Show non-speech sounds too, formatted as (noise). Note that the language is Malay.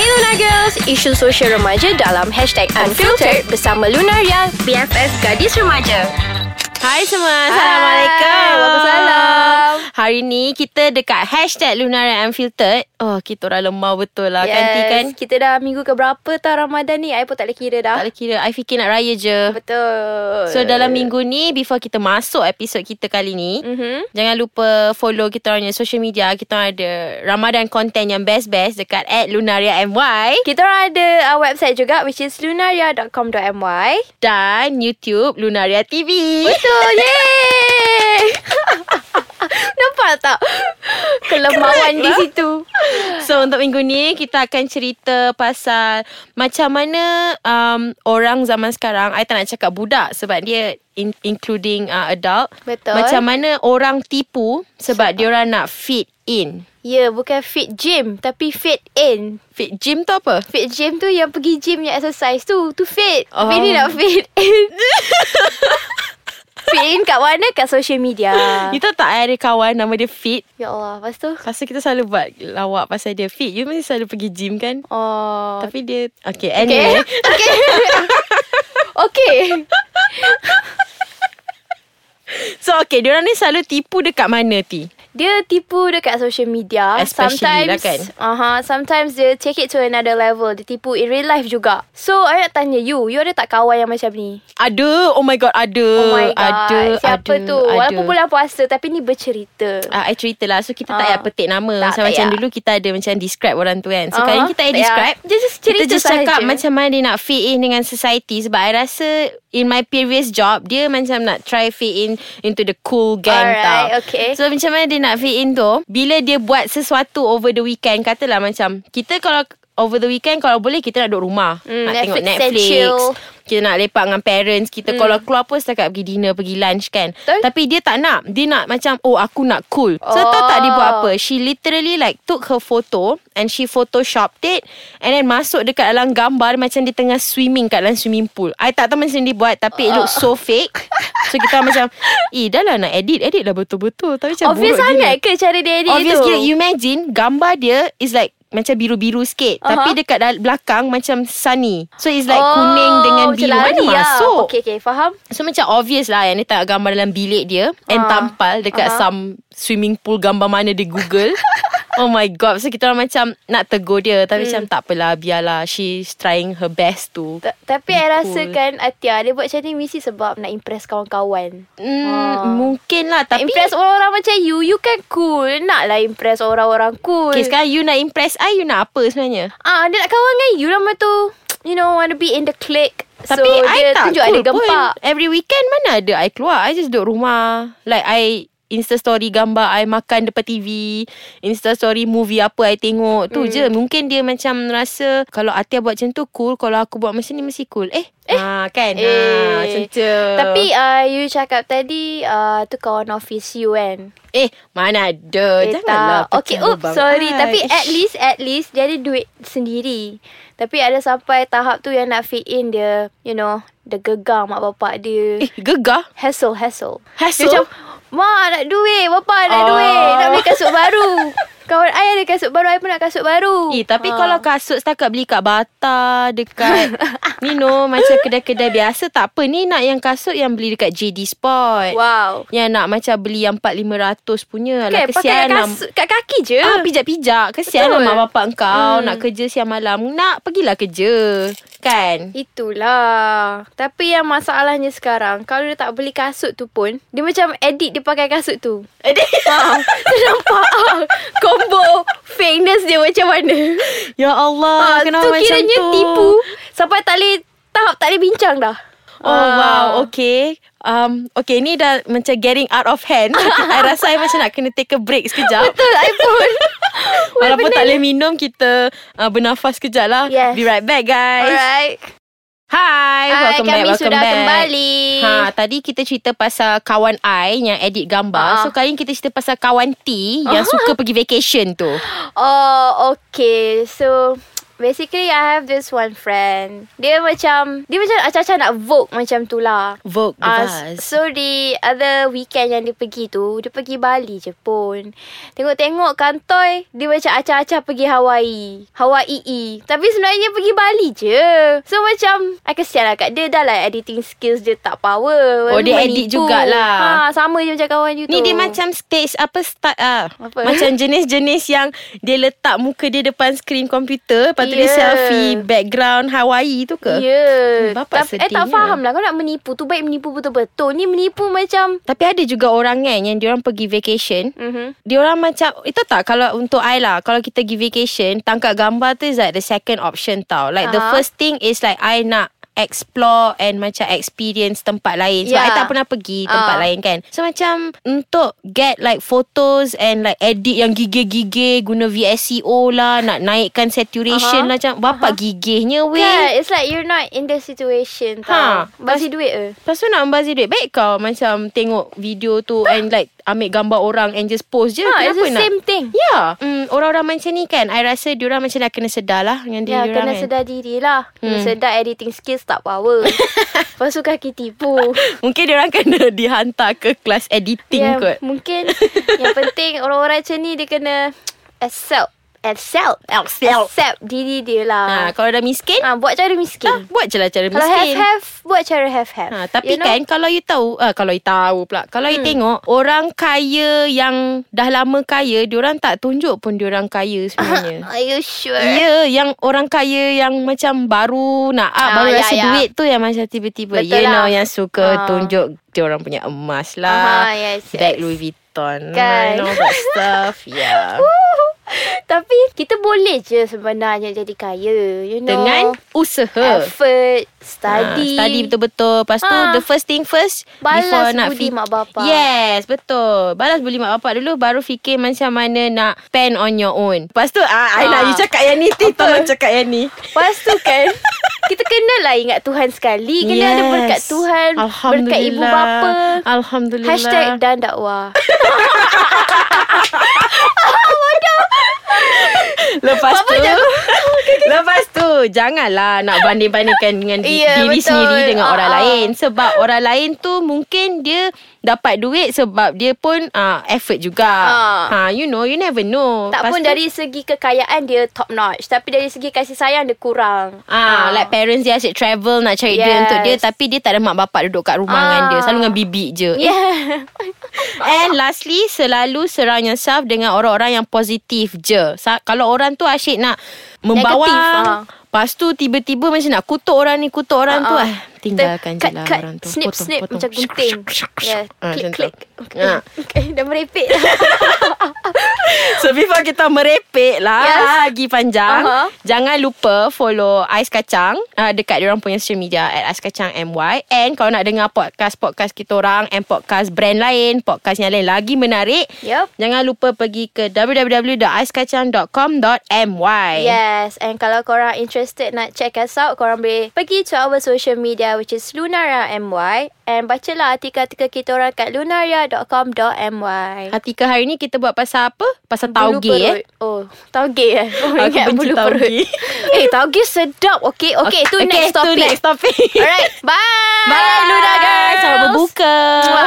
Lunar Girls, isu sosial remaja dalam hashtag Unfiltered bersama Lunaria, BFF Gadis Remaja. Hai semua Assalamualaikum Waalaikumsalam. Hari ni kita dekat Hashtag Lunara Unfiltered Oh kita orang lemah betul lah yes. Kanti kan Kita dah minggu ke berapa tau Ramadan ni? I pun tak boleh kira Tak dah. boleh kira I fikir nak raya je Ah. Betul. So dalam minggu ni Before kita masuk episod kita kali ni Mhm. Jangan lupa follow kita orang punya social media Kita orang ada Ramadan content yang best-best Dekat at Lunaria MY Kita orang ada uh, website juga which is lunaria.com.my. Dan YouTube Lunaria TV (laughs) Betul. Yeay. (laughs) Nampak tak lah. kelemahan di situ? So untuk minggu ni Kita akan cerita pasal Macam mana um, Orang zaman sekarang I tak nak cakap budak Sebab dia in, Including uh, adult Betul. Macam mana orang tipu Sebab diorang nak fit in Ya, yeah, bukan fit gym tapi fit in. Fit gym tu apa? Fit gym tu yang pergi gym yang exercise tu, tu fit. Oh. Tapi Oh. ni nak fit (laughs) in. fit in kat mana? Kat social media. You tahu tak I ada kawan Nama dia Fit ya Allah, lepas tu Pasal kita selalu buat Lawak pasal dia Fit You mesti selalu pergi gym kan Oh. Tapi dia Okay Okay. anyway okay. Okay. (laughs) okay. So okay Diorang ni selalu tipu dekat mana Ti? Dia tipu dekat social media Especially Sometimes lah kan. uh-huh, Sometimes dia take it to another level Dia tipu in real life juga So I nak tanya you You ada tak kawan yang macam ni? Ada Oh my god ada Oh my god Ada Siapa ada, tu? ada. Walaupun bulan puasa Tapi ni bercerita uh, I cerita lah So kita tak Ah. payah petik nama Tak, tak, Macam, tak macam payah. dulu kita ada Macam describe orang tu kan Ah, So uh-huh. kali ni kita tak ada payah. describe Dia just cerita Kita just sahaja. cakap macam mana dia nak fit in Dengan society Sebab I rasa In my previous job Dia macam nak try fit in Into the cool gang tau Alright, okay. So macam mana dia nak fit in tu Bila dia buat sesuatu Over the weekend Katalah macam Kita kalau Over the weekend Kalau boleh kita nak duduk rumah Hmm, Nak tengok Netflix and Netflix chill. Kita nak lepak dengan parents Kita kalau keluar pun Setakat pergi dinner Pergi lunch kan Hmm. Betul. Tapi dia tak nak Dia nak macam Oh aku nak cool So oh. tahu tak dia buat apa She literally like Took her photo And she photoshopped it And then masuk dekat dalam gambar Macam dia tengah swimming Kat dalam swimming pool I tak tahu macam dia buat Tapi it looks (laughs) so fake So kita macam Eh dah lah nak edit Edit lah betul-betul Tapi macam Obvious buruk sangat gila. ke cara dia edit Obvious tu? gila You imagine Gambar dia Is like macam biru-biru Aha. sikit uh-huh. Tapi dekat dal- belakang Macam sunny So it's like Oh, oh, kuning dengan macam biru Mana lari lah. masuk Okay okay faham So macam obvious lah Yang dia tak gambar dalam bilik dia And Ah. tampal dekat Aha. some Swimming pool gambar mana dia (laughs) google Oh my god So kita orang macam Nak tegur dia Tapi macam Hmm. tak apalah Biarlah She's trying her best to Ta- Tapi I Cool. rasa kan Atia Dia buat macam ni Mesti sebab nak impress kawan-kawan mm, Ah. Mungkin lah Tapi, Tapi impress orang-orang macam you You kan cool Naklah impress orang-orang cool Okay sekarang you nak impress I You nak apa sebenarnya Ah, Dia nak kawan dengan you lama tu You know want to be in the clique Tapi so, I dia tak tunjuk cool ada gempak pun Every weekend mana ada I keluar I just duduk rumah Like I Insta story gambar I makan depan TV Insta story movie apa I tengok Hmm. Tu je Mungkin dia macam rasa Kalau Atia buat macam tu cool Kalau aku buat macam ni mesti cool Eh Eh ha, Kan eh. Eh. Ha, Macam tu Tapi uh, you cakap tadi uh, Tu kawan office you kan Eh Mana ada eh, Janganlah tak. Okay pecah oops lubang. sorry Ai, Tapi at ish. least At least Dia ada duit sendiri Tapi ada sampai tahap tu Yang nak fit in dia You know Dia gegar mak bapak dia Eh gegah Hassle hassle Hassle Dia macam Mak nak duit Bapa nak Oh. duit Nak beli kasut baru Kawan I ada kasut baru I pun nak kasut baru Eh tapi ha. kalau kasut setakat beli kat Bata (laughs) Dekat Ni no Macam kedai-kedai biasa Tak apa Ni nak yang kasut yang beli dekat JD Sport Wow Yang nak macam beli yang 4-500 punya lah Kan pakai Kesian kat, lah kasut, kat kaki je Ah, pijak-pijak Kesian Betul. lah Hmm. mak bapak kau Nak kerja siang malam Nak pergilah kerja Kan Itulah Tapi yang masalahnya sekarang Kalau dia tak beli kasut tu pun Dia macam edit dia pakai kasut tu Edit ha, (laughs) Dia nampak ah, Combo Fakeness dia macam (laughs) mana Ya Allah ha, ha, Kenapa Tu macam kiranya tu tipu Sampai tak boleh Tahap tak boleh bincang dah Oh Ah. wow Okay um, Okay ni dah Macam getting out of (laughs) hand I rasa I macam nak kena take a break sekejap Betul I pun Weh, (laughs) Walaupun benda tak ni. boleh minum Kita uh, bernafas sekejap lah Yes. Be right back guys Alright Hi, Hai, welcome kami back, welcome sudah back. kembali. Ha, tadi kita cerita pasal kawan I yang edit Ah. gambar. So kali ni kita cerita pasal kawan T yang suka pergi vacation tu. Oh, okay. So, Basically I have this one friend Dia macam Dia macam acah-acah nak vogue Macam tu lah Vogue the Ah, vase. So the other weekend yang dia pergi tu Dia pergi Bali je pun Tengok-tengok kantoi Dia macam acah-acah pergi Hawaii Hawaii -i. Tapi sebenarnya pergi Bali je So macam I kesian lah kat dia Dah lah editing skills dia tak power Oh, dia edit Menipu. ha, jugalah. Sama je macam kawan you tu Ni dia macam stage apa start ah. Apa? Macam jenis-jenis yang dia letak muka dia depan skrin komputer, lepas tu yeah. dia Yeah. selfie background Hawaii tu Ya ke? yeah. Hmm, bapak Tapi- Eh tak sedihnya. faham lah Kau nak menipu Tu baik menipu betul-betul Ni menipu macam Tapi ada juga orang kan yang diorang pergi vacation Mhm. Diorang macam Itu tak Kalau untuk I lah Kalau kita pergi vacation Tangkap gambar tu Is like the second option tau Like uh-huh. the Aha. first thing Is like I nak Explore And macam experience Tempat lain Sebab yeah. Yeah. I tak pernah pergi Tempat Ya. Ah. lain kan So macam Untuk get like Photos and like Edit yang gigih-gigih Guna VSCO lah Nak naikkan saturation uh-huh. lah Macam Bapak uh-huh. gigihnya weh Yeah, it's like you're not in the situation Ha. tau. Basi duit eh. Lepas tu nak membazir duit Baik kau macam Tengok video tu And like Ambil gambar orang And just post je Ha, Kenapa Ah. it's the nak same thing. Ya mm, Orang-orang macam ni kan I rasa diorang macam dah kena sedar lah Dengan diri Ya, diorang kena kan sedar diri lah. Kena Hmm. sedar editing skills tak power. Lepas tu kaki tipu. (laughs) Mungkin diorang kena (laughs) dihantar ke kelas editing yeah. kot Ya, mungkin yang penting orang-orang macam ni dia kena accept. Accept. Accept. Accept diri dia lah. ha, Kalau dah miskin Ha, buat cara miskin. ha, Buat je lah cara Kalau miskin have-have, buat cara have-have. Ha, tapi you kan know? kalau you tahu uh, Kalau you tahu pula Kalau hmm. you tengok Orang kaya yang Dah lama kaya Diorang tak tunjuk pun Diorang kaya sebenarnya Are you sure? (laughs) Ya yang orang kaya yang macam baru nak up, Ah, baru ya, rasa ya. duit tu yang macam tiba-tiba Betul you lah. know yang Ah. suka tunjuk dia orang punya emas Aha, lah. Ah, yes, yes. Bag Louis Vuitton Kan. and all that stuff. (laughs) yeah. Tapi kita boleh je sebenarnya jadi kaya. You know. Dengan usaha. effort, Ha, study. study betul-betul. Lepas tu Ah. the first thing first Balas before nak budi fik- mak bapak. Yes, betul. Balas budi mak bapak dulu baru fikir macam mana nak pen on your own. Lepas tu ah, I Ah. nak you cakap yang ni, Ti, tolong cakap yang (laughs) ni. Lepas tu kan Kita kenalah ingat Tuhan sekali Kena yes. ada berkat Tuhan Berkat ibu Alhamdulillah. bapa Alhamdulillah Oh, Hashtag dan dakwah Lepas tu (laughs) Lepas tu Janganlah Nak banding-bandingkan Dengan di, Ya, diri betul. sendiri Dengan Ah, orang ah. lain Sebab orang lain tu Mungkin dia Dapat duit Sebab dia pun uh, Effort juga Ah. ha, You know You never know Tak Lepas pun tu, dari segi kekayaan Dia top notch Tapi dari segi kasih sayang Dia kurang Ah, like parents dia asyik travel nak cari yes. duit Yes. untuk dia tapi dia tak ada mak bapak duduk kat rumah ah. dengan Ah. Ya, dia selalu dengan bibik je (laughs) Yeah And lastly Selalu surround yourself Dengan orang-orang yang positif je Sa- Kalau orang tu asyik nak Membawang ha. Lepas tu tiba-tiba Macam nak kutuk orang ni Kutuk orang tu Ha, ha. eh, Tinggalkan je cut, lah cut, orang tu Snip Potong, snip potong. Macam (laughs) gunting yeah. Ah, Klik macam tu. klik okay. Ah. okay (laughs) Dah merepek lah So before kita merepek lah yes. Yes. Lagi panjang Aha. uh-huh. Jangan lupa follow Ais Kacang uh, Dekat diorang punya social media At Ais Kacang MY And kalau nak dengar podcast-podcast kita orang And podcast brand lain Podcast yang lain lagi menarik Yup. Jangan lupa pergi ke www.aiskacang.com.my Yes And kalau korang interested Nak check us out Korang boleh pergi to our social media Which is Lunaria MY And bacalah artikel-artikel kita orang Kat lunaria.com.my Atika hari ni kita buat pasal apa? Pasal Bulu tauge perut. eh Oh Tauge eh oh, Aku ingat benci bulu tauge. perut. (laughs) Eh tauge sedap Okay okay, tu next tu topic next topic (laughs) Alright Bye Bye Luna guys Selamat berbuka Mwah.